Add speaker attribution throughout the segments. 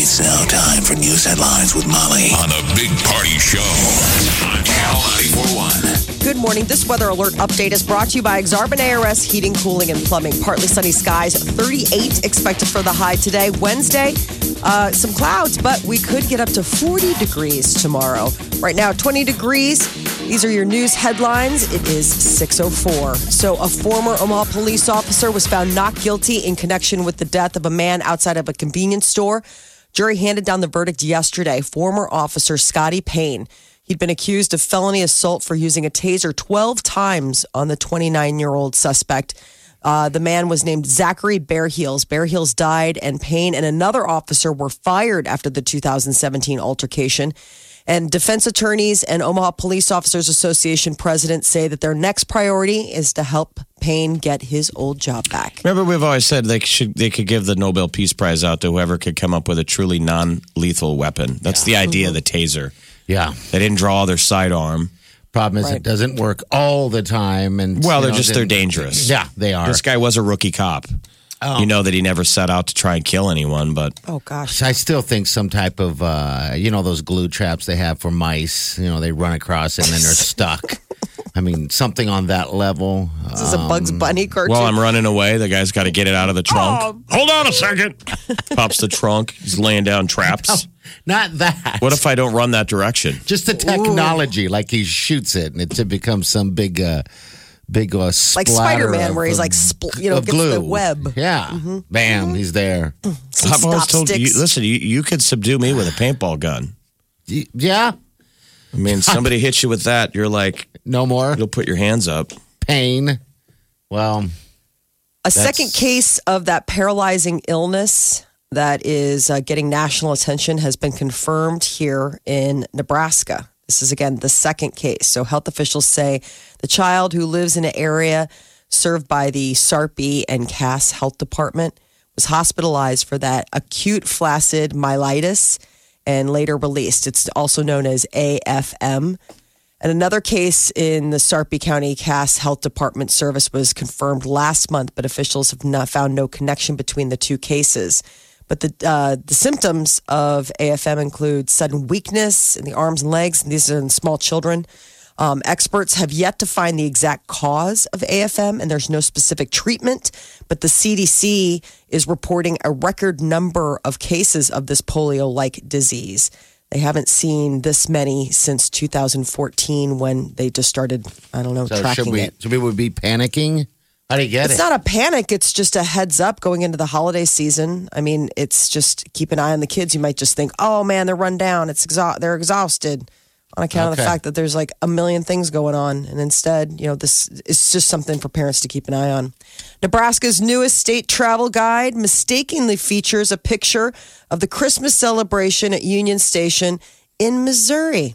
Speaker 1: It's now time for news headlines with Molly on a big party show on Channel 941.
Speaker 2: Good morning. This weather alert update is brought to you by Exarban ARS Heating, Cooling, and Plumbing. Partly sunny skies, 38 expected for the high today. Wednesday, uh, some clouds, but we could get up to 40 degrees tomorrow. Right now, 20 degrees. These are your news headlines. It is 6:04. So, a former Omaha police officer was found not guilty in connection with the death of a man outside of a convenience store. Jury handed down the verdict yesterday. Former officer Scotty Payne. He'd been accused of felony assault for using a taser 12 times on the 29 year old suspect. Uh, the man was named Zachary Bearheels. Bearheels died, and Payne and another officer were fired after the 2017 altercation. And defense attorneys and Omaha Police Officers Association president say that their next priority is to help Payne get his old job back.
Speaker 3: Remember, we've always said they should they could give the Nobel Peace Prize out to whoever could come up with a truly non-lethal weapon. That's the idea of the taser.
Speaker 4: Yeah.
Speaker 3: They didn't draw their sidearm.
Speaker 4: Problem is,
Speaker 2: Right.
Speaker 4: it doesn't work all the time. And
Speaker 3: Well,
Speaker 4: you
Speaker 3: they're
Speaker 4: know,
Speaker 3: just they're
Speaker 4: then-
Speaker 3: dangerous.
Speaker 4: Yeah, they are.
Speaker 3: This guy was a rookie cop. You know that he never set out to try and kill anyone, but
Speaker 2: Oh, gosh.
Speaker 4: I still think some type of uh, you know those glue traps they have for mice. You know they run across and then they're stuck. I mean something on that level. uh,
Speaker 2: This is a Bugs Bunny cartoon.
Speaker 3: while Um, I'm running away, the guy's got to get it out of the trunk. Oh. Hold on a second. Pops the trunk. He's laying down traps.
Speaker 4: Not that.
Speaker 3: What if I don't run that direction?
Speaker 4: just the technology, like he shoots it and it becomes some big, uh, big uh,
Speaker 2: like
Speaker 4: splatter
Speaker 2: Spider-Man,
Speaker 4: of-
Speaker 2: where he's
Speaker 4: of-
Speaker 2: like, spl- you know,
Speaker 4: of
Speaker 2: gets the
Speaker 4: glue.
Speaker 2: web. Mm-hmm.
Speaker 4: Yeah, bam, he's there.
Speaker 2: Some
Speaker 3: I've always
Speaker 2: stop
Speaker 3: told you,
Speaker 2: sticks.
Speaker 3: listen, you, you could subdue me with a paintball gun.
Speaker 4: Y- Yeah,
Speaker 3: I mean, somebody hits you with that, you're like,
Speaker 4: no more
Speaker 3: you'll put your hands up.
Speaker 4: pain. Well,
Speaker 2: a second case of that paralyzing illness that is uh, getting national attention has been confirmed here in Nebraska. This is again the second case. So health officials say the child who lives in an area served by the Sarpy and Cass Health Department was hospitalized for that acute flaccid myelitis and later released. It's also known as AFM. And another case in the Sarpy County Cass Health Department service was confirmed last month, but officials have not found no connection between the two cases. But the uh, the symptoms of AFM include sudden weakness in the arms and legs, and these are in small children. Um, experts have yet to find the exact cause of AFM, and there's no specific treatment. But the CDC is reporting a record number of cases of this polio like disease. They haven't seen this many since 2014 when they just started, I don't know,
Speaker 4: so should
Speaker 2: tracking
Speaker 4: we?
Speaker 2: it.
Speaker 4: Should we would be panicking? How do you get
Speaker 2: It's
Speaker 4: it?
Speaker 2: not a panic, it's just a heads up going into the holiday season. I mean, it's just keep an eye on the kids. You might just think, "Oh man, they're run down. It's exha- they're exhausted." On account of the
Speaker 4: Okay.
Speaker 2: fact that there's like a million things going on. And instead, you know, this is just something for parents to keep an eye on. Nebraska's newest state travel guide mistakenly features a picture of the Christmas celebration at Union Station in Missouri.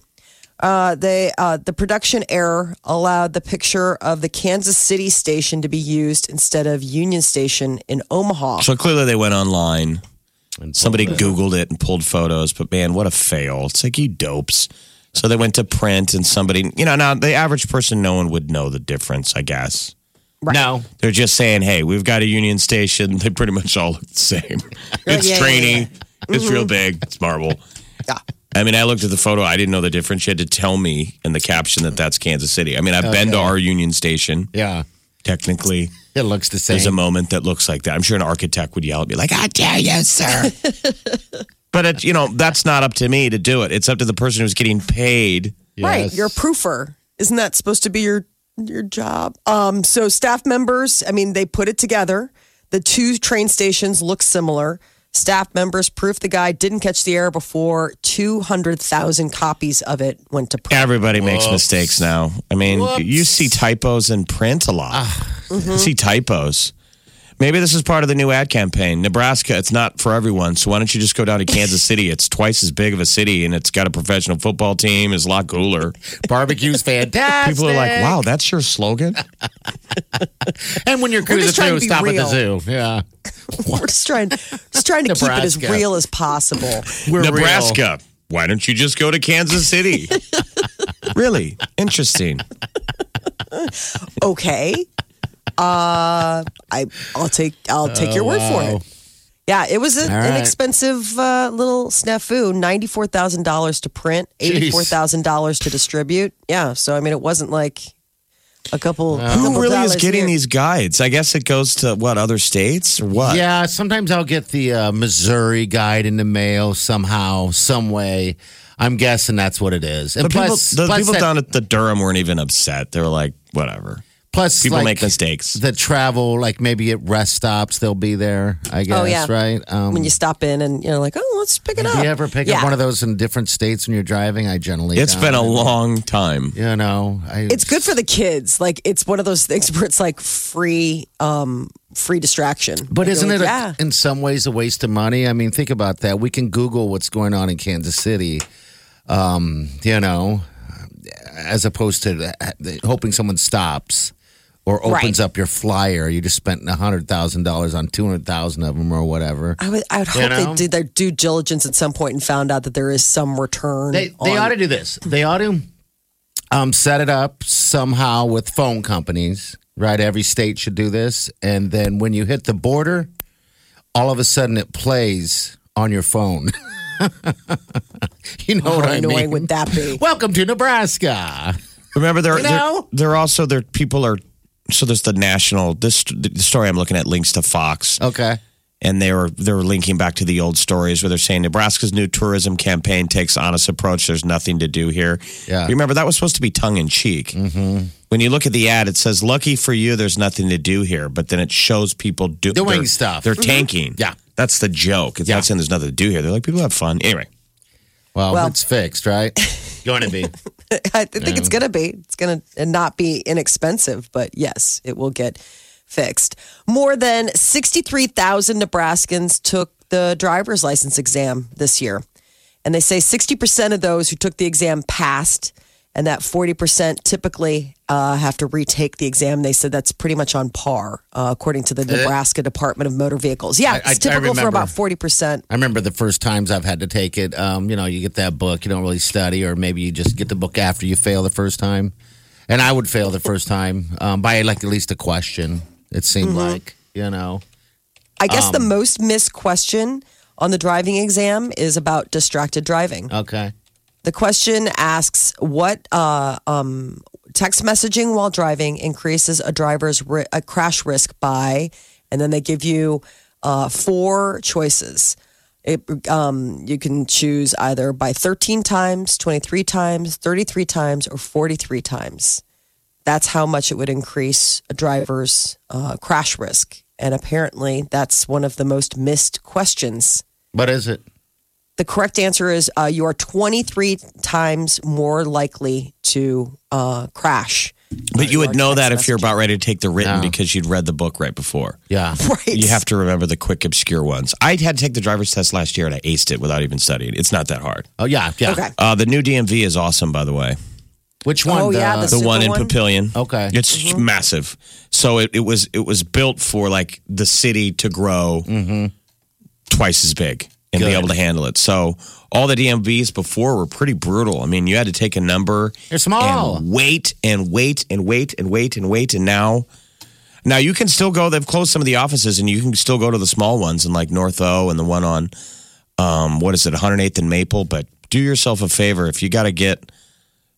Speaker 2: Uh, they uh, the production error allowed the picture of the Kansas City station to be used instead of Union Station in Omaha.
Speaker 3: So clearly they went online. Somebody Googled it and pulled photos, but man, what a fail. It's like you dopes. So they went to print and somebody, you know, now the average person, no one would know the difference, I guess.
Speaker 4: No,
Speaker 3: They're just saying, hey, we've got a union station. They pretty much all look the same. it's
Speaker 2: yeah, yeah,
Speaker 3: trainy, it's real big, it's marble.
Speaker 2: Yeah.
Speaker 3: I mean, I looked at the photo. I didn't know the difference. You had to tell me in the caption that that's Kansas City. I mean, I've been to our union station,
Speaker 4: yeah,
Speaker 3: technically.
Speaker 4: it looks the
Speaker 3: There's a
Speaker 4: same.
Speaker 3: moment that looks like that. I'm sure an architect would yell at me, like, "How dare you, sir!" but it, you know, that's not up to me to do it. It's up to the person who's getting paid.
Speaker 2: Right,
Speaker 4: Yes.
Speaker 2: you're a proofer. Isn't that supposed to be your your job? Um, so staff members, I mean, they put it together. The two train stations look similar. Staff members proof the guy didn't catch the error before. Two hundred thousand copies of it went to print.
Speaker 3: Everybody makes mistakes now. I mean, you see Mm-hmm. typos in print a lot. You see typos. Maybe this is part of the new ad campaign. Nebraska, it's not for everyone. So why don't you just go down to Kansas City? It's twice as big of a city and it's got a professional football team. It's a lot cooler.
Speaker 4: Barbecue's fantastic.
Speaker 3: People are like, wow, that's your slogan?
Speaker 4: And when you're
Speaker 2: just
Speaker 4: cruising
Speaker 2: trying to
Speaker 4: through,
Speaker 2: be
Speaker 4: stop at
Speaker 2: real.
Speaker 4: the zoo. Yeah.
Speaker 2: We're just trying, just trying to keep it as
Speaker 4: Nebraska.
Speaker 2: real as possible.
Speaker 4: We're real.
Speaker 3: Nebraska, why don't you just go to Kansas City? really? Interesting.
Speaker 2: Okay, uh, I, I'll take, I'll take your word for it. Yeah, it was an
Speaker 4: Oh, All right.
Speaker 2: inexpensive uh, little snafu. Ninety-four thousand dollars to print, eighty-four thousand dollars to distribute. Yeah, so I mean, it wasn't like a couple. a couple
Speaker 3: Who really is
Speaker 2: dollars
Speaker 3: getting
Speaker 2: here.
Speaker 3: these guides? I guess it goes to what, other states or what?
Speaker 4: Yeah, sometimes I'll get the uh, Missouri guide in the mail somehow, some way. I'm guessing that's what it is. And
Speaker 3: The people,
Speaker 4: plus,
Speaker 3: the
Speaker 4: plus
Speaker 3: people
Speaker 4: that-
Speaker 3: down at the Durham weren't even upset. They were like, whatever.
Speaker 4: plus
Speaker 3: People
Speaker 4: like,
Speaker 3: make mistakes.
Speaker 4: The travel, like maybe at rest stops, they'll be there. I guess,
Speaker 2: Oh, yeah.
Speaker 4: right? Um,
Speaker 2: when you stop in and you're like, oh, let's pick it up.
Speaker 4: do you ever pick
Speaker 2: Yeah.
Speaker 4: up one of those in different states when you're driving? I generally.
Speaker 3: It's
Speaker 4: don't.
Speaker 3: been a long time.
Speaker 4: You know, I,
Speaker 2: It's good for the kids. Like it's one of those things where it's like free, um, free distraction.
Speaker 4: But
Speaker 2: Like,
Speaker 4: isn't
Speaker 2: you're
Speaker 4: it a,
Speaker 2: like, yeah.
Speaker 4: in some ways a waste of money? I mean, think about that. We can Google what's going on in Kansas City, um, you know, as opposed to uh, hoping someone stops or
Speaker 2: Right.
Speaker 4: opens up your flyer. You just spent hundred thousand dollars on two hundred thousand of them or whatever.
Speaker 2: I would, I would hope
Speaker 4: know?
Speaker 2: they did their due diligence at some point and found out that there is some return.
Speaker 4: They they ought
Speaker 2: on-
Speaker 4: to do this. They ought to um, set it up somehow with phone companies, right? Every state should do this, and then when you hit the border, all of a sudden it plays on your phone. you know
Speaker 2: How
Speaker 4: what Oh, I
Speaker 2: annoying
Speaker 4: mean?
Speaker 2: would that be?
Speaker 4: Welcome to Nebraska.
Speaker 3: Remember, there,
Speaker 4: You know?
Speaker 3: there, there also there people are. So there's the national. This the story I'm looking at links to Fox,
Speaker 4: Okay.
Speaker 3: and they were they were linking back to the old stories where they're saying Nebraska's new tourism campaign takes honest approach. There's nothing to do here.
Speaker 4: Yeah.
Speaker 3: Remember that was supposed to be tongue in cheek. Mm-hmm. When you look at the ad, it says "Lucky for you, there's nothing to do here," but then it shows people do,
Speaker 4: Doing
Speaker 3: they're-
Speaker 4: stuff. Mm-hmm.
Speaker 3: They're tanking.
Speaker 4: Yeah.
Speaker 3: that's the joke. It's not saying there's nothing to do here. They're like people have fun anyway.
Speaker 4: Well,
Speaker 2: Well-
Speaker 4: it's fixed, right? Going to be.
Speaker 2: I think it's going to be. It's going to not be inexpensive, but yes, it will get fixed. More than 63,000 Nebraskans took the driver's license exam this year. And they say 60% of those who took the exam passed, and that 40% typically uh, have to retake the exam. They said that's pretty much on par, uh, according to the Nebraska Department of Motor Vehicles. Yeah,
Speaker 4: Eh. I-
Speaker 2: it's
Speaker 4: I- I
Speaker 2: typical for
Speaker 4: remember.
Speaker 2: about 40%.
Speaker 4: I remember the first times I've had to take it. Um, you know, you get that book, you don't really study, or maybe you just get the book after you fail the first time. And I would fail the first time um, by like at least a question. It seemed
Speaker 2: Mm-hmm.
Speaker 4: like you know.
Speaker 2: I guess
Speaker 4: Um.
Speaker 2: the most missed question on the driving exam is about distracted driving.
Speaker 4: Okay.
Speaker 2: The question asks what uh, um, text messaging while driving increases a driver's ri- a crash risk by, and then they give you uh, four choices. It, um, you can choose either by 13 times, 23 times, 33 times, or 43 times. That's how much it would increase a driver's uh, crash risk. And apparently, that's one of the most missed questions
Speaker 4: What is it?
Speaker 2: the correct answer is uh, you are 23 times more likely to uh, crash.
Speaker 3: But you would know that if you're about ready to take the written because you'd read the book right before.
Speaker 4: Yeah.
Speaker 2: Right.
Speaker 3: You have to remember the quick, obscure ones. I had to take the driver's test last year and I aced it without even studying. It's not that hard.
Speaker 4: Oh yeah. Yeah.
Speaker 2: Okay.
Speaker 3: Uh, the new DMV is awesome, by the way.
Speaker 4: Which one?
Speaker 2: Oh, yeah,
Speaker 4: The,
Speaker 3: The
Speaker 2: Super
Speaker 3: one in
Speaker 2: one?
Speaker 3: Papillion.
Speaker 4: Okay.
Speaker 3: It's massive. So it, it was it was built for like the city to grow twice as big and be
Speaker 4: Good.
Speaker 3: able to handle it. So all the DMVs before were pretty brutal. I mean, you had to take a number.
Speaker 4: They're small.
Speaker 3: And wait and wait and wait and wait and wait and now now you can still go. They've closed some of the offices, and you can still go to the small ones in like North O and the one on um, what is it, 108th and Maple. But do yourself a favor if you got to get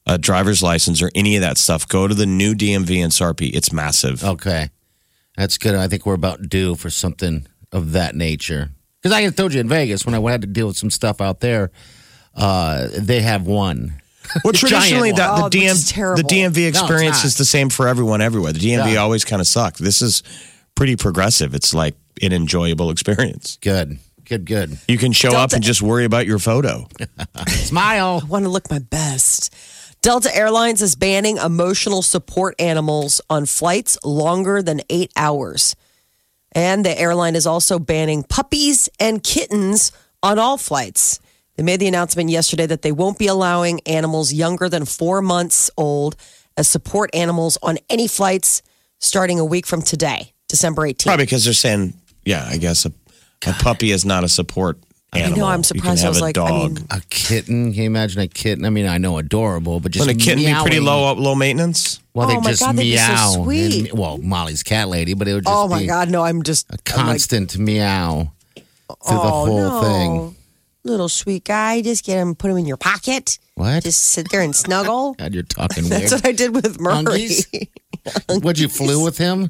Speaker 3: a driver's license or any of that stuff, go to the new DMV in Sarpy. It's massive.
Speaker 4: okay. That's good. I think we're about due for something of that nature. Because I told you in Vegas when I had to deal with some stuff out there, uh, they have one.
Speaker 3: Well,
Speaker 4: Giant
Speaker 3: traditionally,
Speaker 4: one.
Speaker 3: that,
Speaker 2: Oh,
Speaker 3: the,
Speaker 2: which
Speaker 3: DM,
Speaker 2: is terrible.
Speaker 3: the DMV
Speaker 4: it's
Speaker 3: experience
Speaker 4: not.
Speaker 3: is the same for everyone everywhere. The DMV
Speaker 4: Yeah.
Speaker 3: always kind of sucked. This is pretty progressive. It's like an enjoyable experience.
Speaker 4: Good. Good. Good.
Speaker 3: You can show up
Speaker 2: Delta-
Speaker 3: and just worry about your photo.
Speaker 4: Smile.
Speaker 2: I want to look my best. Delta Airlines is banning emotional support animals on flights longer than eight hours. And the airline is also banning puppies and kittens on all flights. They made the announcement yesterday that they won't be allowing animals younger than four months old as support animals on any flights starting a week from today, December 18th.
Speaker 3: Probably because they're saying, yeah, I guess a, a puppy is not a support animal.
Speaker 2: I'm
Speaker 3: You
Speaker 2: surprised.
Speaker 3: Can have
Speaker 2: I was
Speaker 3: a
Speaker 2: like, I
Speaker 3: dog.
Speaker 2: mean-
Speaker 4: A kitten? Can you imagine a kitten? I mean, I know adorable, but just
Speaker 3: Wouldn't a kitten be pretty
Speaker 4: meowing.
Speaker 3: low low maintenance?
Speaker 4: Well, they
Speaker 2: Oh my
Speaker 4: just
Speaker 2: God, they'd be so
Speaker 4: meow. and-
Speaker 2: sweet.
Speaker 4: well, Molly's cat lady, but it would just
Speaker 2: Oh my
Speaker 4: be
Speaker 2: God, no, I'm just
Speaker 4: a
Speaker 2: I'm like,
Speaker 4: constant meow through the whole thing.
Speaker 2: Oh, Little sweet guy, just get him, put him in your pocket.
Speaker 4: What?
Speaker 2: Just sit there and snuggle.
Speaker 4: God, you're talking weird.
Speaker 2: That's what I did with Murray.
Speaker 4: Monkeys? Would you flew with him?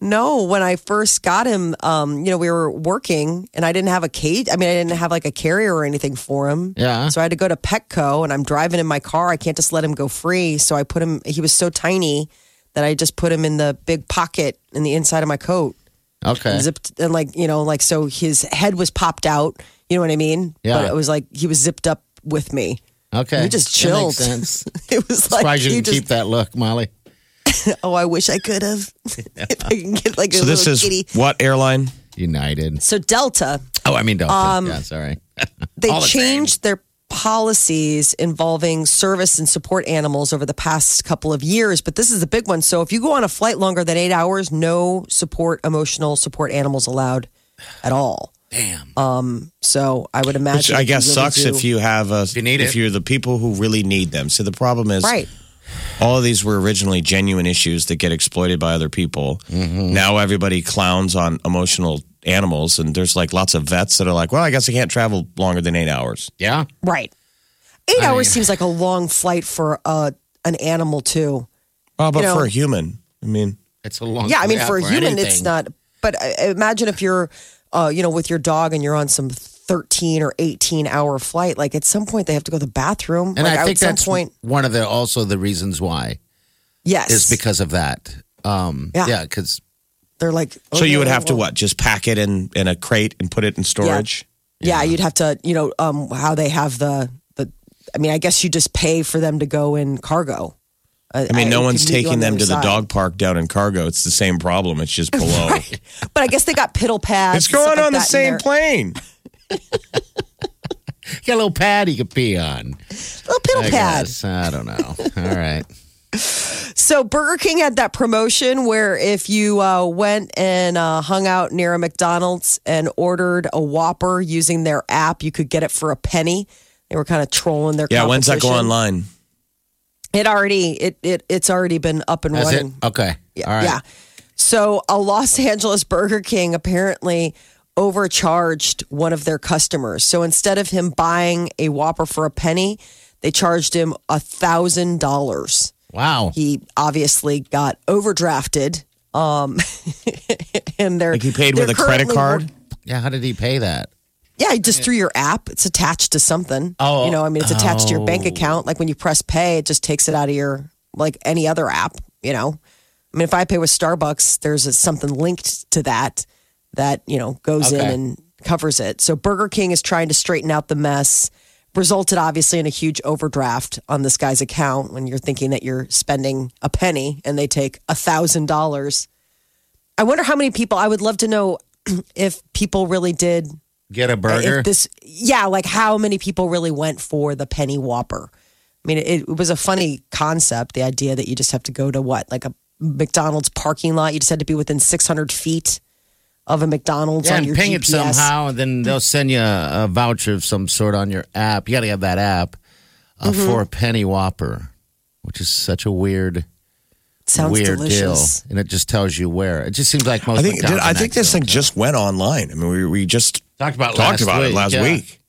Speaker 2: No, when I first got him, um, you know, we were working and I didn't have a cage. I mean, I didn't have like a carrier or anything for him.
Speaker 4: Yeah.
Speaker 2: So I had to go to Petco and I'm driving in my car. I can't just let him go free. So I put him, he was so tiny that I just put him in the big pocket in the inside of my coat.
Speaker 4: Okay.
Speaker 2: and zipped and like you know like so his head was popped out you know what i mean
Speaker 4: Yeah.
Speaker 2: but it was like he was zipped up with me
Speaker 4: Okay.
Speaker 2: he just
Speaker 4: That
Speaker 2: chilled
Speaker 4: makes sense.
Speaker 2: it was like
Speaker 4: Surprised you
Speaker 2: he
Speaker 4: didn't
Speaker 2: just,
Speaker 4: keep that look, Molly.
Speaker 2: oh i wish i could have if i can get like a
Speaker 3: So
Speaker 2: little
Speaker 3: this is
Speaker 2: kitty
Speaker 3: what airline?
Speaker 4: United.
Speaker 2: so delta
Speaker 4: Oh, I mean, don't.
Speaker 2: Um,
Speaker 4: yeah, sorry.
Speaker 2: they
Speaker 4: All the
Speaker 2: changed their policies involving service and support animals over the past couple of years but this is the big one so if you go on a flight longer than eight hours no support emotional support animals allowed at all Um,
Speaker 4: Damn.
Speaker 2: so i would imagine
Speaker 3: Which
Speaker 2: if
Speaker 3: I
Speaker 2: you
Speaker 3: guess
Speaker 2: really
Speaker 3: sucks
Speaker 2: do-
Speaker 3: if you have a if,
Speaker 4: you need it.
Speaker 3: you're the people who really need them. So the problem is
Speaker 2: right
Speaker 3: all of these were originally genuine issues that get exploited by other people.
Speaker 4: Mm-hmm.
Speaker 3: Now everybody clowns on emotional animals, and there's like lots of vets that are like, "Well, I guess I can't travel longer than eight hours."
Speaker 4: yeah.
Speaker 2: Right. Eight
Speaker 4: I
Speaker 2: hours
Speaker 4: mean-
Speaker 2: seems like a long flight for uh, an animal, too.
Speaker 3: Oh, but
Speaker 2: You know-
Speaker 3: for a human, I mean,
Speaker 4: It's a long
Speaker 2: Yeah, I mean,
Speaker 4: trip
Speaker 2: for a human, it's
Speaker 4: anything.
Speaker 2: not. But I- I imagine if you're, uh, you know, with your dog and you're on some 13 or 18 hour flight, like at some point they have to go to the bathroom.
Speaker 4: And
Speaker 2: like
Speaker 4: I think
Speaker 2: at
Speaker 4: that's
Speaker 2: some point,
Speaker 4: one of the also the reasons why
Speaker 2: yes.
Speaker 4: is because of that. Um,
Speaker 2: Yeah.
Speaker 4: yeah, because
Speaker 2: they're like. oh,
Speaker 3: so you
Speaker 2: no,
Speaker 3: would have to
Speaker 2: well-
Speaker 3: what? Just pack it in in a crate and put it in storage.
Speaker 2: Yeah, you'd have to, you know, um, how they have the, the, I mean, I guess you just pay for them to go in cargo. Uh,
Speaker 3: I mean, no
Speaker 2: it
Speaker 3: one's
Speaker 2: could meet you
Speaker 3: taking
Speaker 2: on
Speaker 3: them to
Speaker 2: other
Speaker 3: the
Speaker 2: side.
Speaker 3: dog park down in Cargo. It's the same problem. It's just below.
Speaker 2: But I guess they got piddle pads.
Speaker 3: It's
Speaker 2: and stuff
Speaker 3: going
Speaker 2: like
Speaker 3: on the
Speaker 2: that in
Speaker 3: same
Speaker 2: there.
Speaker 3: plane.
Speaker 4: you got a little pad you could pee on.
Speaker 2: Little Oh, piddle
Speaker 4: I
Speaker 2: pad.
Speaker 4: guess. I don't know. All right.
Speaker 2: So Burger King had that promotion where if you uh, went and uh, hung out near a McDonald's and ordered a Whopper using their app, you could get it for a penny. They were kind of trolling their
Speaker 3: Yeah, when's that go
Speaker 2: competition.
Speaker 3: online?
Speaker 2: It already it, it it's already been up and
Speaker 4: That's
Speaker 2: running.
Speaker 4: it. Okay. All right.
Speaker 2: Yeah. So a Los Angeles Burger King apparently overcharged one of their customers. So instead of him buying a Whopper for a penny, they charged him a thousand dollars
Speaker 4: Wow.
Speaker 2: he obviously got overdrafted. Um, and they're
Speaker 3: Like he paid
Speaker 2: they're
Speaker 3: with a credit
Speaker 2: currently wor-
Speaker 3: card?
Speaker 4: yeah. How did he pay that?
Speaker 2: yeah, just through your app. It's attached to something.
Speaker 4: Oh.
Speaker 2: you know, I mean, it's attached to your bank account. Like when you press pay, it just takes it out of your like any other app. You know, I mean, if I pay with Starbucks, there's a, something linked to that that you know goes in
Speaker 4: Okay.
Speaker 2: and covers it. So Burger King is trying to straighten out the mess. Resulted obviously in a huge overdraft on this guy's account when you're thinking that you're spending a penny and they take a thousand dollars. I wonder how many people. I would love to know if people really did
Speaker 4: Get a burger.
Speaker 2: if this yeah like how many people really went for the penny whopper i mean it, it was a funny concept the idea that you just have to go to what like a mcdonald's parking lot you just had to be within 600 feet of a mcdonald's
Speaker 4: yeah,
Speaker 2: on
Speaker 4: and
Speaker 2: your
Speaker 4: ping
Speaker 2: GPS.
Speaker 4: it somehow, and then they'll send you a, a voucher of some sort on your app. You got to have that app uh,
Speaker 2: Mm-hmm.
Speaker 4: for a penny whopper, which is such a weird,
Speaker 2: sounds
Speaker 4: weird
Speaker 2: delicious
Speaker 4: deal. And it just tells you where. It just seems like most.
Speaker 3: I think
Speaker 4: McDonald's
Speaker 3: I think
Speaker 4: and
Speaker 3: this thing just went online. I mean, we, we just
Speaker 4: Talked about
Speaker 3: talked
Speaker 4: last
Speaker 3: about it
Speaker 4: week,
Speaker 3: last
Speaker 4: yeah.
Speaker 3: week.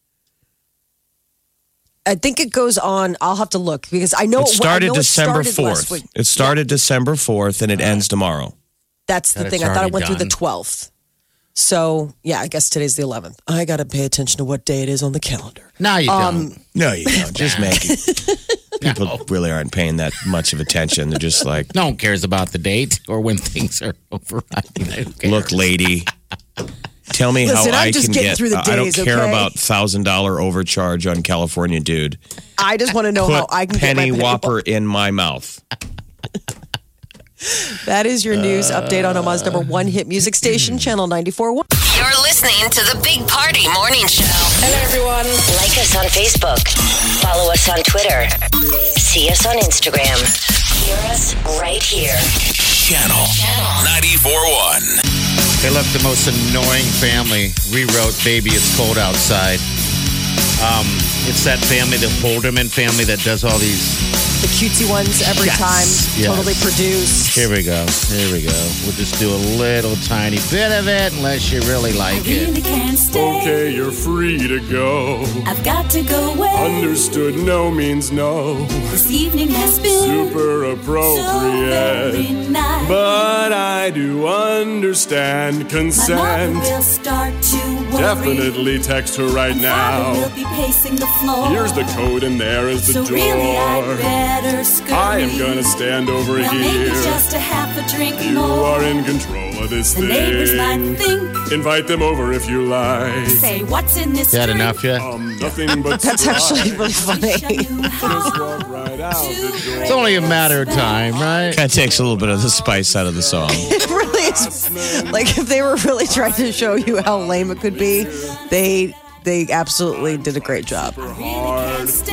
Speaker 2: i think it goes on i'll have to look because i know
Speaker 3: it started
Speaker 2: I know
Speaker 3: December
Speaker 2: it started last
Speaker 3: fourth.
Speaker 2: week.
Speaker 3: It started December fourth, and it ends tomorrow.
Speaker 2: that's the
Speaker 4: That
Speaker 2: thing
Speaker 4: it's
Speaker 2: i thought it
Speaker 4: already
Speaker 2: went through the
Speaker 4: done.
Speaker 2: 12th so yeah i guess today's the 11th i gotta pay attention to what day it is on the calendar
Speaker 4: No, you
Speaker 2: Um,
Speaker 4: don't.
Speaker 3: No, you don't. Just make it. People really aren't paying that much of attention. They're just like,
Speaker 4: No one cares about the date or when things are over. I don't care.
Speaker 3: look, lady, tell me
Speaker 2: Listen,
Speaker 3: how
Speaker 2: I'm
Speaker 3: I
Speaker 2: just
Speaker 3: can
Speaker 2: getting
Speaker 3: get.
Speaker 2: through the
Speaker 3: I don't
Speaker 2: days,
Speaker 3: care
Speaker 2: okay?
Speaker 3: about thousand dollar overcharge on California, dude.
Speaker 2: i just want to know
Speaker 3: Put
Speaker 2: how i can
Speaker 3: penny
Speaker 2: get my
Speaker 3: whopper in my mouth.
Speaker 2: That is your news update on Omaha's number one hit music station, Channel 94.1.
Speaker 5: You're listening to the Big Party Morning Show.
Speaker 6: Hello, everyone.
Speaker 5: Like us on Facebook. Follow us on Twitter. See us on Instagram. Hear us right here.
Speaker 1: Channel 94.1.
Speaker 4: They left the most annoying family, rewrote Baby It's Cold Outside. Um, it's that family, the Holderman family that does all these.
Speaker 2: The cutesy ones every
Speaker 4: Yes,
Speaker 2: time,
Speaker 4: yes.
Speaker 2: totally produced.
Speaker 4: Here we go. Here we go. We'll just do a little tiny bit of it unless you really like it.
Speaker 6: Really can't stay.
Speaker 7: Okay, you're free to go.
Speaker 6: I've got to go away.
Speaker 7: Understood, no means no.
Speaker 6: This evening has been
Speaker 7: Super
Speaker 6: so very
Speaker 7: appropriate.
Speaker 6: nice.
Speaker 7: But I do understand
Speaker 6: My mother
Speaker 7: consent.
Speaker 6: will start to worry.
Speaker 7: Definitely text her right
Speaker 6: And Father
Speaker 7: now.
Speaker 6: will be pacing the floor.
Speaker 7: Here's the code, and there is the
Speaker 6: so really, I'd
Speaker 7: door.
Speaker 6: better scurry.
Speaker 7: I am gonna stand over
Speaker 6: well, maybe
Speaker 7: here.
Speaker 6: just a half a drink
Speaker 7: You
Speaker 6: more.
Speaker 7: are in control of this
Speaker 6: the neighbors might
Speaker 7: thing.
Speaker 6: think,
Speaker 7: Invite them over if you like.
Speaker 6: say, what's in this
Speaker 4: You had
Speaker 6: drink?
Speaker 4: enough yet?
Speaker 7: Um, nothing but
Speaker 2: That's actually
Speaker 7: surprise.
Speaker 2: really funny.
Speaker 6: Wish I knew
Speaker 7: Just
Speaker 6: how
Speaker 7: walk right out the door.
Speaker 4: It's only a matter of time, right?
Speaker 3: Kind of takes a little bit of the spice out of the song.
Speaker 2: It really is. Like if they were really trying to show you how lame it could be, they they absolutely did a great job.
Speaker 7: hard. Please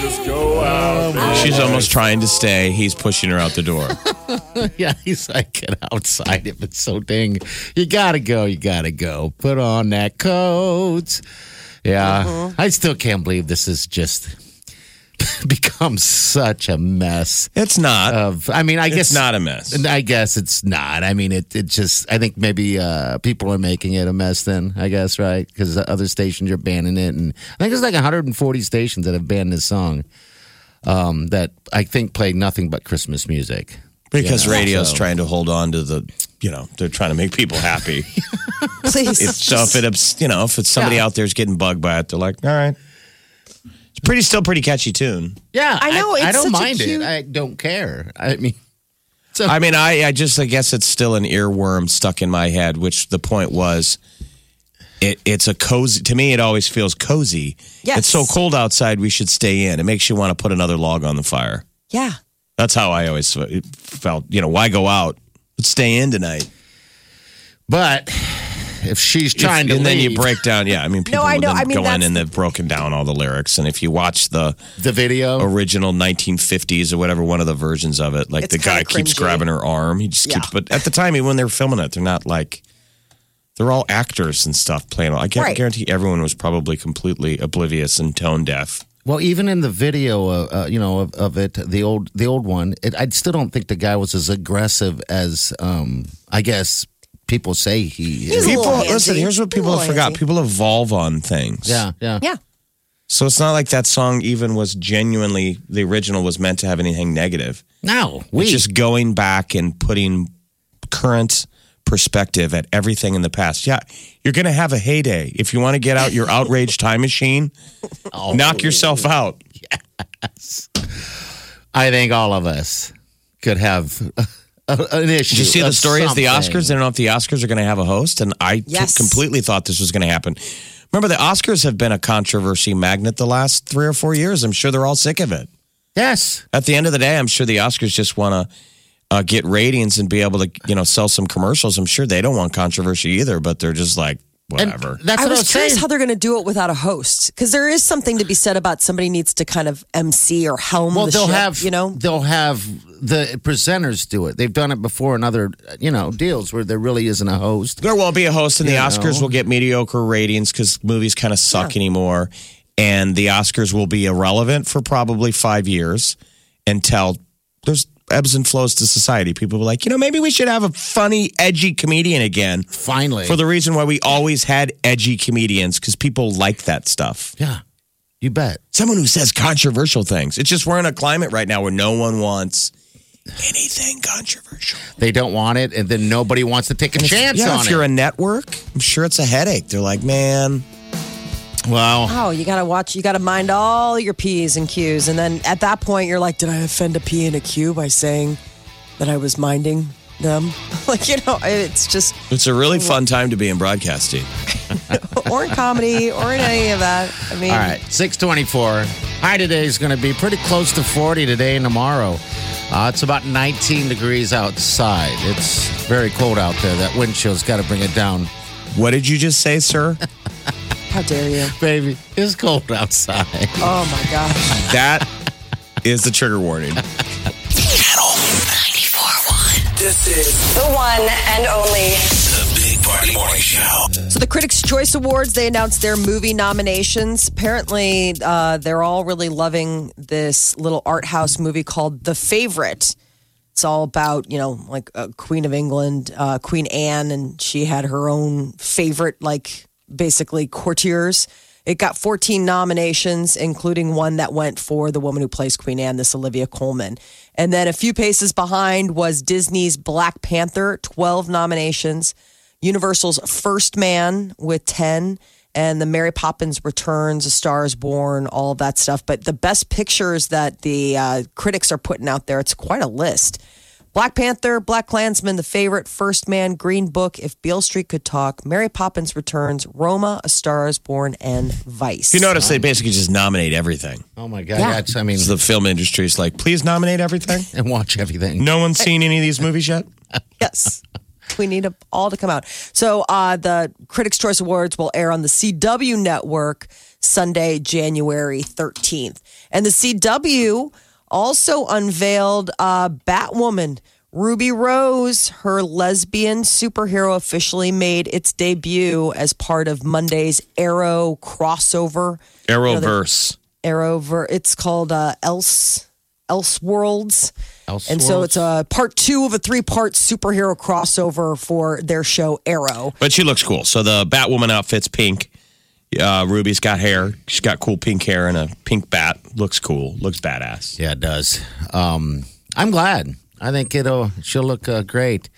Speaker 7: just go out.
Speaker 3: She's almost trying to stay. He's pushing her out the door.
Speaker 4: Yeah, he's like, get outside if it's so dang. You gotta go, you gotta go. Put on that coat. Yeah, I still can't believe this has just become such a mess.
Speaker 3: It's not.
Speaker 4: Of, Uh, I mean, I guess
Speaker 3: it's not a mess.
Speaker 4: I guess it's not. I mean, it it just. I think maybe uh, people are making it a mess. Then I guess right because other stations are banning it, and I think there's like 140 stations that have banned this song. Um, that I think play nothing but Christmas music.
Speaker 3: Because
Speaker 4: You know,
Speaker 3: radio's
Speaker 4: so-
Speaker 3: trying to hold on to the, you know, they're trying to make people happy.
Speaker 2: Please.
Speaker 3: If, so if it, ups- you know, if it's somebody out there's getting bugged by it, they're like, all right. It's pretty, still pretty catchy tune.
Speaker 4: Yeah,
Speaker 2: I know,
Speaker 4: I,
Speaker 2: it's
Speaker 4: don't
Speaker 2: such a
Speaker 4: mind
Speaker 2: cute-
Speaker 4: it. I don't care. I mean,
Speaker 3: I mean, I, I just, I guess it's still an earworm stuck in my head. Which the point was, it, it's a cozy. To me, it always feels cozy.
Speaker 2: Yes.
Speaker 3: It's so cold outside. We should stay in. It makes you want to put another log on the fire.
Speaker 2: yeah.
Speaker 3: That's how I always felt. You know, why go out? Let's stay in tonight.
Speaker 4: but if she's trying
Speaker 3: If-
Speaker 4: to
Speaker 3: and then you
Speaker 4: leave
Speaker 3: break down. Yeah, I mean, people
Speaker 2: I
Speaker 3: have
Speaker 2: know.
Speaker 3: been
Speaker 2: I mean,
Speaker 3: going
Speaker 2: that's-
Speaker 3: and they've broken down all the lyrics. And if you watch the
Speaker 4: the video,
Speaker 3: original 1950s or whatever one of the versions of it, like
Speaker 2: It's
Speaker 3: the
Speaker 2: kinda
Speaker 3: guy keeps
Speaker 2: cringy.
Speaker 3: grabbing her arm, he just
Speaker 2: Yeah.
Speaker 3: keeps. But at the time, when they're filming it, they're not like they're all actors and stuff playing. I can
Speaker 2: Right.
Speaker 3: guarantee everyone was probably completely oblivious and tone deaf.
Speaker 4: Well, even in the video, uh, uh, you know, of, of it, the old the old one, it, I still don't think the guy was as aggressive as um, I guess people say he
Speaker 2: He's
Speaker 4: is.
Speaker 2: a
Speaker 3: People,
Speaker 2: little
Speaker 3: listen.
Speaker 2: handsy.
Speaker 3: Here's what people
Speaker 2: Little
Speaker 3: have forgot:
Speaker 2: handsy.
Speaker 3: people evolve on things.
Speaker 4: Yeah, yeah,
Speaker 2: Yeah.
Speaker 3: So it's not like that song even was genuinely the original was meant to have anything negative.
Speaker 4: No, we
Speaker 3: It's just going back and putting current perspective at everything in the past. Yeah, you're going to have a heyday. If you want to get out your outrage time machine, knock yourself out.
Speaker 4: I think all of us could have a, an issue.
Speaker 3: Did you see the
Speaker 4: of
Speaker 3: story as the
Speaker 4: something.
Speaker 3: Oscars? I don't know if the Oscars are going to have a host, and I t-
Speaker 2: Yes.
Speaker 3: completely thought this was going to happen. Remember, the Oscars have been a controversy magnet the last three or four years. I'm sure they're all sick of it.
Speaker 4: Yes,
Speaker 3: At the end of the day, I'm sure the Oscars just want to uh, get ratings and be able to, you know, sell some commercials. I'm sure they don't want controversy either, but they're just like
Speaker 4: And
Speaker 3: whatever.
Speaker 4: that's
Speaker 2: I
Speaker 4: what I
Speaker 2: was curious
Speaker 4: saying.
Speaker 2: how they're going to do it without a host because there is something to be said about somebody needs to kind of MC or helm.
Speaker 4: well,
Speaker 2: the
Speaker 4: they'll
Speaker 2: ship,
Speaker 4: have
Speaker 2: you know.
Speaker 4: they'll have the presenters do it. They've done it before in other you know deals where there really isn't a host.
Speaker 3: There will be a host, and the
Speaker 4: You
Speaker 3: Oscars
Speaker 4: know.
Speaker 3: will get mediocre ratings because movies kind of suck anymore. And the Oscars will be irrelevant for probably five years until there's ebbs and flows to society. People are like, you know, maybe we should have a funny, edgy comedian again
Speaker 4: Finally,
Speaker 3: for the reason why we always had edgy comedians because people like that stuff.
Speaker 4: yeah, you bet.
Speaker 3: Someone who says controversial things. It's just we're in a climate right now where no one wants anything controversial.
Speaker 4: they don't want it, and then nobody wants to take a chance
Speaker 3: yeah,
Speaker 4: on
Speaker 3: if you're
Speaker 4: it.
Speaker 3: a network, I'm sure it's a headache. They're like, man.
Speaker 4: wow.
Speaker 2: Oh, you got to watch. You got to mind all your p's and q's, and then at that point, you're like, "Did I offend a p and a q by saying that I was minding them. like, you know, it's just,
Speaker 3: It's a really fun time to be in broadcasting.
Speaker 2: or in comedy, or in any of that. I mean,
Speaker 4: All right, 624. High today is going to be pretty close to 40 today and tomorrow. Uh, it's about 19 degrees outside. It's very cold out there. That wind chill's got to bring it down.
Speaker 3: What did you just say, sir?
Speaker 2: how dare you?
Speaker 4: Baby, it's cold outside.
Speaker 2: Oh my gosh.
Speaker 3: That is the trigger warning.
Speaker 5: Channel 94.1. This is the one and only.
Speaker 1: The Big Party Morning Show.
Speaker 2: So the Critics' Choice Awards, they announced their movie nominations. Apparently, uh, they're all really loving this little art house movie called The Favorite. It's all about, you know, like uh, Queen of England, uh, Queen Anne, and she had her own favorite, like basically courtiers. It got 14 nominations, including one that went for the woman who plays Queen Anne, this Olivia Coleman. And then a few paces behind was Disney's Black Panther, 12 nominations. Universal's First Man with 10 and the Mary Poppins Returns, A Star is Born, all of that stuff. But the best pictures that the uh, critics are putting out there, it's quite a list. Black Panther, Black Klansman, The Favorite, First Man, Green Book, If Beale Street Could Talk, Mary Poppins Returns, Roma, A Star is Born, and Vice.
Speaker 3: If you notice, they basically just nominate everything.
Speaker 4: Oh my God. That's, I mean,
Speaker 3: So the film industry is like, please nominate everything.
Speaker 4: and watch everything.
Speaker 3: No one's seen any of these movies yet.
Speaker 2: Yes. We need 'em all to come out. So uh, the Critics' Choice Awards will air on the CW network Sunday, January 13th. And the CW also unveiled uh, Batwoman. Ruby Rose, her lesbian superhero, officially made its debut as part of Monday's Arrow crossover.
Speaker 3: Arrowverse.
Speaker 2: Arrow, it's called uh, Else Elseworlds. And so it's a part two of a three part superhero crossover for their show Arrow.
Speaker 3: But she looks cool. So the Batwoman outfit's pink. Uh, Ruby's got hair. She's got cool pink hair and a pink bat. Looks cool. Looks badass.
Speaker 4: Yeah, it does. Um, I'm glad. I think it'll, she'll look uh, great.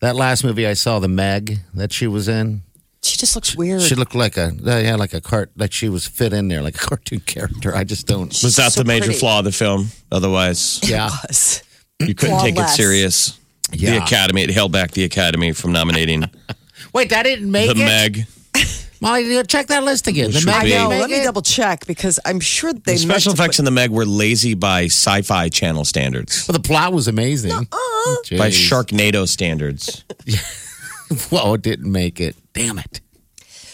Speaker 4: That last movie I saw, The Meg, that she was in,
Speaker 2: She just looks weird.
Speaker 4: She looked like a uh, yeah, like a cart like she was fit in there like a cartoon character. I just don't.
Speaker 3: Was that
Speaker 2: so
Speaker 3: the major
Speaker 2: pretty.
Speaker 3: flaw of the film? Otherwise,
Speaker 4: Yeah,
Speaker 2: Us.
Speaker 3: you couldn't take it
Speaker 2: Flawless.
Speaker 3: serious. The
Speaker 4: Yeah.
Speaker 3: Academy, it held back the Academy from nominating
Speaker 4: wait, that didn't make
Speaker 3: the
Speaker 4: it.
Speaker 3: Meg.
Speaker 4: Molly, you check that list again. The
Speaker 3: should
Speaker 4: Meg
Speaker 3: be-
Speaker 4: didn't
Speaker 2: No,
Speaker 4: make
Speaker 2: let me
Speaker 4: it?
Speaker 2: double check because I'm sure they
Speaker 3: The special
Speaker 2: meant to
Speaker 3: effects in the Meg were lazy by sci fi channel standards,
Speaker 4: Well, the plot was amazing.
Speaker 3: by
Speaker 4: Jeez.
Speaker 3: Sharknado standards.
Speaker 4: Whoa, it didn't make it. Damn it.
Speaker 2: put-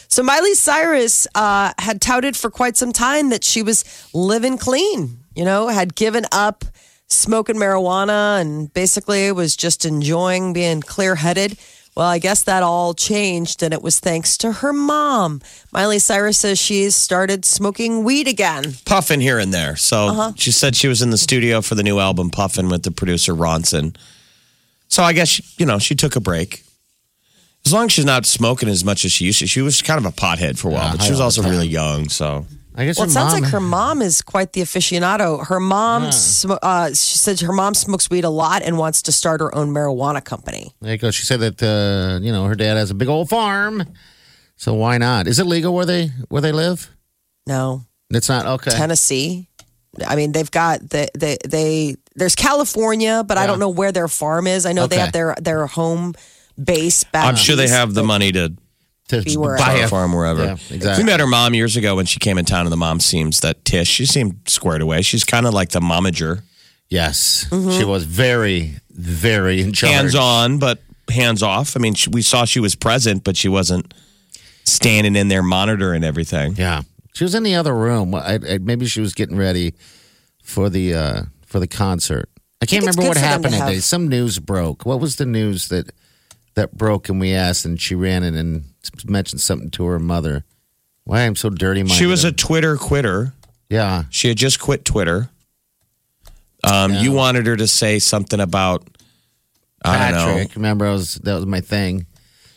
Speaker 2: So Miley Cyrus uh, had touted for quite some time that she was living clean, you know, had given up smoking marijuana and basically was just enjoying being clear headed. Well, I guess that all changed, and it was thanks to her mom. Miley Cyrus says she's started smoking weed again.
Speaker 3: puffing here and there. So she said she was in the studio for the new album Puffin with the producer Ronson. So I guess you know she took a break. As long as she's not smoking as much as she used to, she was kind of a pothead for a while, but she was also really young. So
Speaker 4: I guess
Speaker 2: Well,
Speaker 4: her
Speaker 2: it sounds
Speaker 4: mom-
Speaker 2: like her mom is quite the aficionado. Her mom, smo- uh, she said her mom smokes weed a lot and wants to start her own marijuana company.
Speaker 4: There you go. She said that uh, you know her dad has a big old farm, so why not? Is it legal where they where they live?
Speaker 2: No,
Speaker 4: It's not okay.
Speaker 2: Tennessee. I mean, they've got the they they there's California, but I don't know where their farm is. I know they
Speaker 4: Okay.
Speaker 2: have their their home base back.
Speaker 3: I'm sure they
Speaker 2: east.
Speaker 3: have the money to
Speaker 4: To
Speaker 2: Be where-
Speaker 4: buy
Speaker 3: a
Speaker 4: a
Speaker 3: farm wherever.
Speaker 4: Yeah, exactly.
Speaker 3: We met her mom years ago when she came in town, and the mom seems that Tish. She seemed squared away. She's kind of like the momager,
Speaker 4: Yes,
Speaker 2: Mm-hmm.
Speaker 4: she was very very in charge.
Speaker 3: hands on but hands off. I mean, she, we saw she was present, but she wasn't standing in there monitoring everything.
Speaker 4: Yeah, she was in the other room. I, I, maybe she was getting ready for the uh, for the concert. I can't
Speaker 2: think it's
Speaker 4: remember what
Speaker 2: good for them to
Speaker 4: happened that day.
Speaker 2: have-
Speaker 4: Some news broke. What was the news that that broke? And we asked, and she ran in and mentioned something to her mother. Why I'm so dirty? minded
Speaker 3: She was a Twitter quitter.
Speaker 4: yeah.
Speaker 3: She had just quit Twitter. Um, You wanted her to say something about I
Speaker 4: Patrick,
Speaker 3: don't know.
Speaker 4: remember I was that was my thing.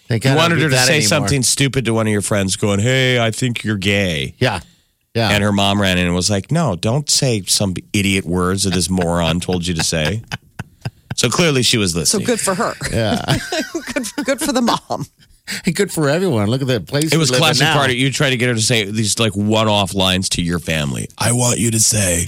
Speaker 4: Thank God
Speaker 3: You
Speaker 4: I
Speaker 3: wanted
Speaker 4: don't
Speaker 3: her
Speaker 4: do
Speaker 3: to
Speaker 4: that
Speaker 3: say
Speaker 4: anymore.
Speaker 3: something stupid to one of your friends, going, "Hey, I think you're gay."
Speaker 4: Yeah, yeah.
Speaker 3: And her mom ran in and was like, "No, don't say some idiot words that this moron told you to say." So clearly, she was
Speaker 2: So
Speaker 3: listening.
Speaker 2: good for her. Yeah, good good for the mom.
Speaker 4: Good for everyone. Look at that place.
Speaker 3: It was
Speaker 4: we live in
Speaker 3: classic
Speaker 4: now.
Speaker 3: part. You try to get her to say these like one-off lines to your family. I want you to say.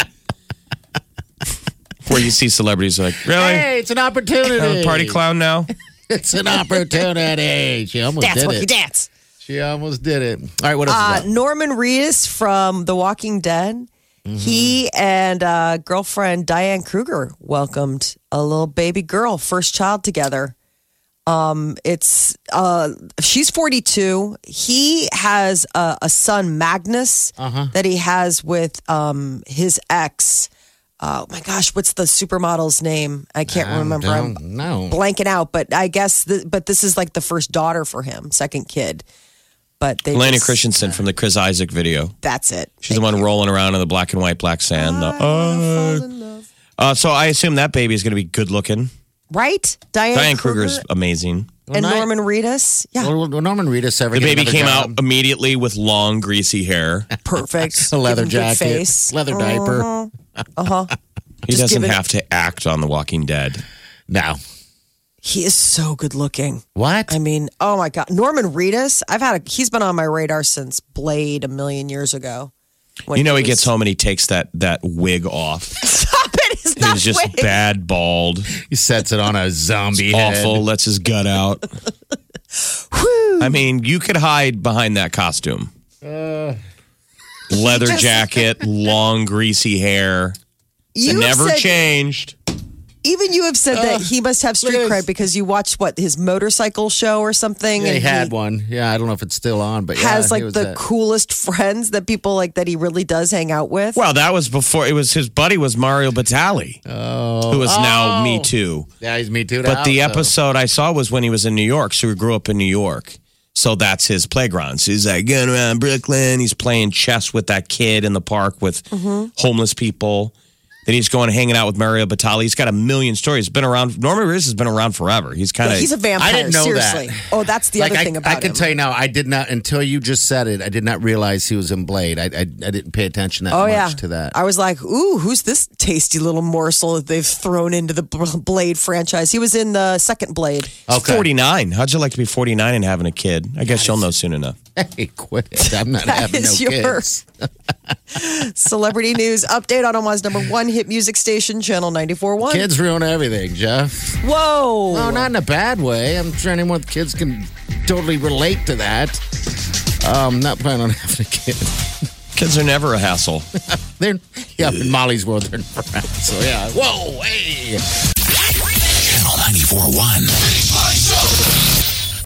Speaker 3: where you see celebrities like, really?
Speaker 4: Hey, it's an opportunity.
Speaker 3: I'm a party clown now?
Speaker 4: It's an opportunity. She almost
Speaker 2: Dance,
Speaker 4: did
Speaker 2: Wookie,
Speaker 4: it.
Speaker 2: dance.
Speaker 4: She almost did it. All right, what else?
Speaker 2: Uh,
Speaker 4: is up?
Speaker 2: Norman Reedus from The Walking Dead. He and uh, girlfriend Diane Kruger welcomed a little baby girl, first child together. Um, it's uh, she's 42. He has a, a son, Magnus,
Speaker 4: Uh-huh.
Speaker 2: that he has with um, his ex. Oh my gosh, what's the supermodel's name? I can't remember. I'm
Speaker 4: Don't know.
Speaker 2: blanking out, but I guess, the, but this is like the first daughter for him, second kid. But they
Speaker 3: Elena
Speaker 2: just-
Speaker 3: Christensen from the Chris Isaac video.
Speaker 2: That's it.
Speaker 3: She's the one rolling around in the black and white black sand. The-
Speaker 2: Ah.
Speaker 3: uh, so I assume that baby is going to be good looking.
Speaker 2: Right? Diane,
Speaker 3: Diane
Speaker 2: Kruger
Speaker 3: Kruger's amazing.
Speaker 2: and
Speaker 4: Well, Ni-
Speaker 2: Norman Reedus. Yeah,
Speaker 4: Will, will Norman Reedus ever
Speaker 3: The
Speaker 4: get
Speaker 3: baby
Speaker 4: another
Speaker 3: came
Speaker 4: job?
Speaker 3: out immediately with long, greasy hair.
Speaker 2: perfect.
Speaker 4: A leather
Speaker 2: Give him good
Speaker 4: jacket,
Speaker 2: face. Oh,
Speaker 4: leather diaper.
Speaker 2: Uh huh.
Speaker 3: He
Speaker 2: Just
Speaker 3: doesn't
Speaker 2: give it-
Speaker 3: have to act on The Walking Dead.
Speaker 4: No.
Speaker 2: He is so good looking.
Speaker 4: What?
Speaker 2: I mean, oh my god, Norman Reedus. I've had a. He's been on my radar since Blade a million years ago. when
Speaker 3: you know, he
Speaker 2: was-
Speaker 3: gets home and he takes that that wig off.
Speaker 2: Stop it! It's
Speaker 3: He
Speaker 2: not
Speaker 3: was just
Speaker 2: wig.
Speaker 3: bad bald,
Speaker 4: he sets it on a zombie head.
Speaker 3: awful, lets his gut out.
Speaker 2: Whew.
Speaker 3: I mean, you could hide behind that costume. Leather jacket, long greasy hair. It
Speaker 2: You have
Speaker 3: never
Speaker 2: said-
Speaker 3: changed.
Speaker 2: Even you have said that he must have street
Speaker 4: look at
Speaker 2: cred because you watched what his motorcycle show or something.
Speaker 4: Yeah,
Speaker 2: and
Speaker 4: he had one. Yeah, I don't know if it's still on, but yeah,
Speaker 2: Has
Speaker 4: he
Speaker 2: like
Speaker 4: was
Speaker 2: the
Speaker 4: that.
Speaker 2: coolest friends that people like that he really does hang out with.
Speaker 3: Well, that was before it was his buddy was Mario Batali, who is now
Speaker 4: Oh.
Speaker 3: Me Too.
Speaker 4: Yeah, he's me too.
Speaker 3: But the
Speaker 4: now, so-
Speaker 3: episode I saw was when he was in New York. So he grew up in New York. So that's his playground. So he's like going around Brooklyn. He's playing chess with that kid in the park with
Speaker 2: Mm-hmm.
Speaker 3: homeless people. Then he's going hanging out with Mario Batali. He's got a million stories. Been around. Norman Reedus has been around forever. He's kind
Speaker 2: Yeah,
Speaker 3: of
Speaker 2: he's a vampire.
Speaker 4: I didn't know that.
Speaker 2: seriously. Oh, that's the
Speaker 4: like
Speaker 2: other
Speaker 4: I,
Speaker 2: thing about
Speaker 4: I can
Speaker 2: him.
Speaker 4: tell you now, I did not until you just said it. I did not realize he was in Blade. I I, I didn't pay attention that
Speaker 2: oh
Speaker 4: much
Speaker 2: yeah,
Speaker 4: to that.
Speaker 2: I was like, ooh, who's this tasty little morsel that they've thrown into the B- Blade franchise? He was in the second Blade.
Speaker 4: Okay.
Speaker 3: forty nine. How'd you like to be forty nine and having a kid? I guess you'll know soon enough.
Speaker 4: Hey, quit! it. I'm not having no
Speaker 2: is your-
Speaker 4: kids.
Speaker 2: Celebrity news update on Omaha's number one hit music station, Channel 94.1.
Speaker 4: Kids ruin everything, Jeff.
Speaker 2: Whoa.
Speaker 4: No, not in a bad way. I'm sure anyone with kids can totally relate to that. Um, not planning on having a kid.
Speaker 3: Kids are never a hassle.
Speaker 4: They're yeah, in Molly's world, they're not around. So yeah. Whoa, hey.
Speaker 1: Channel 94.1.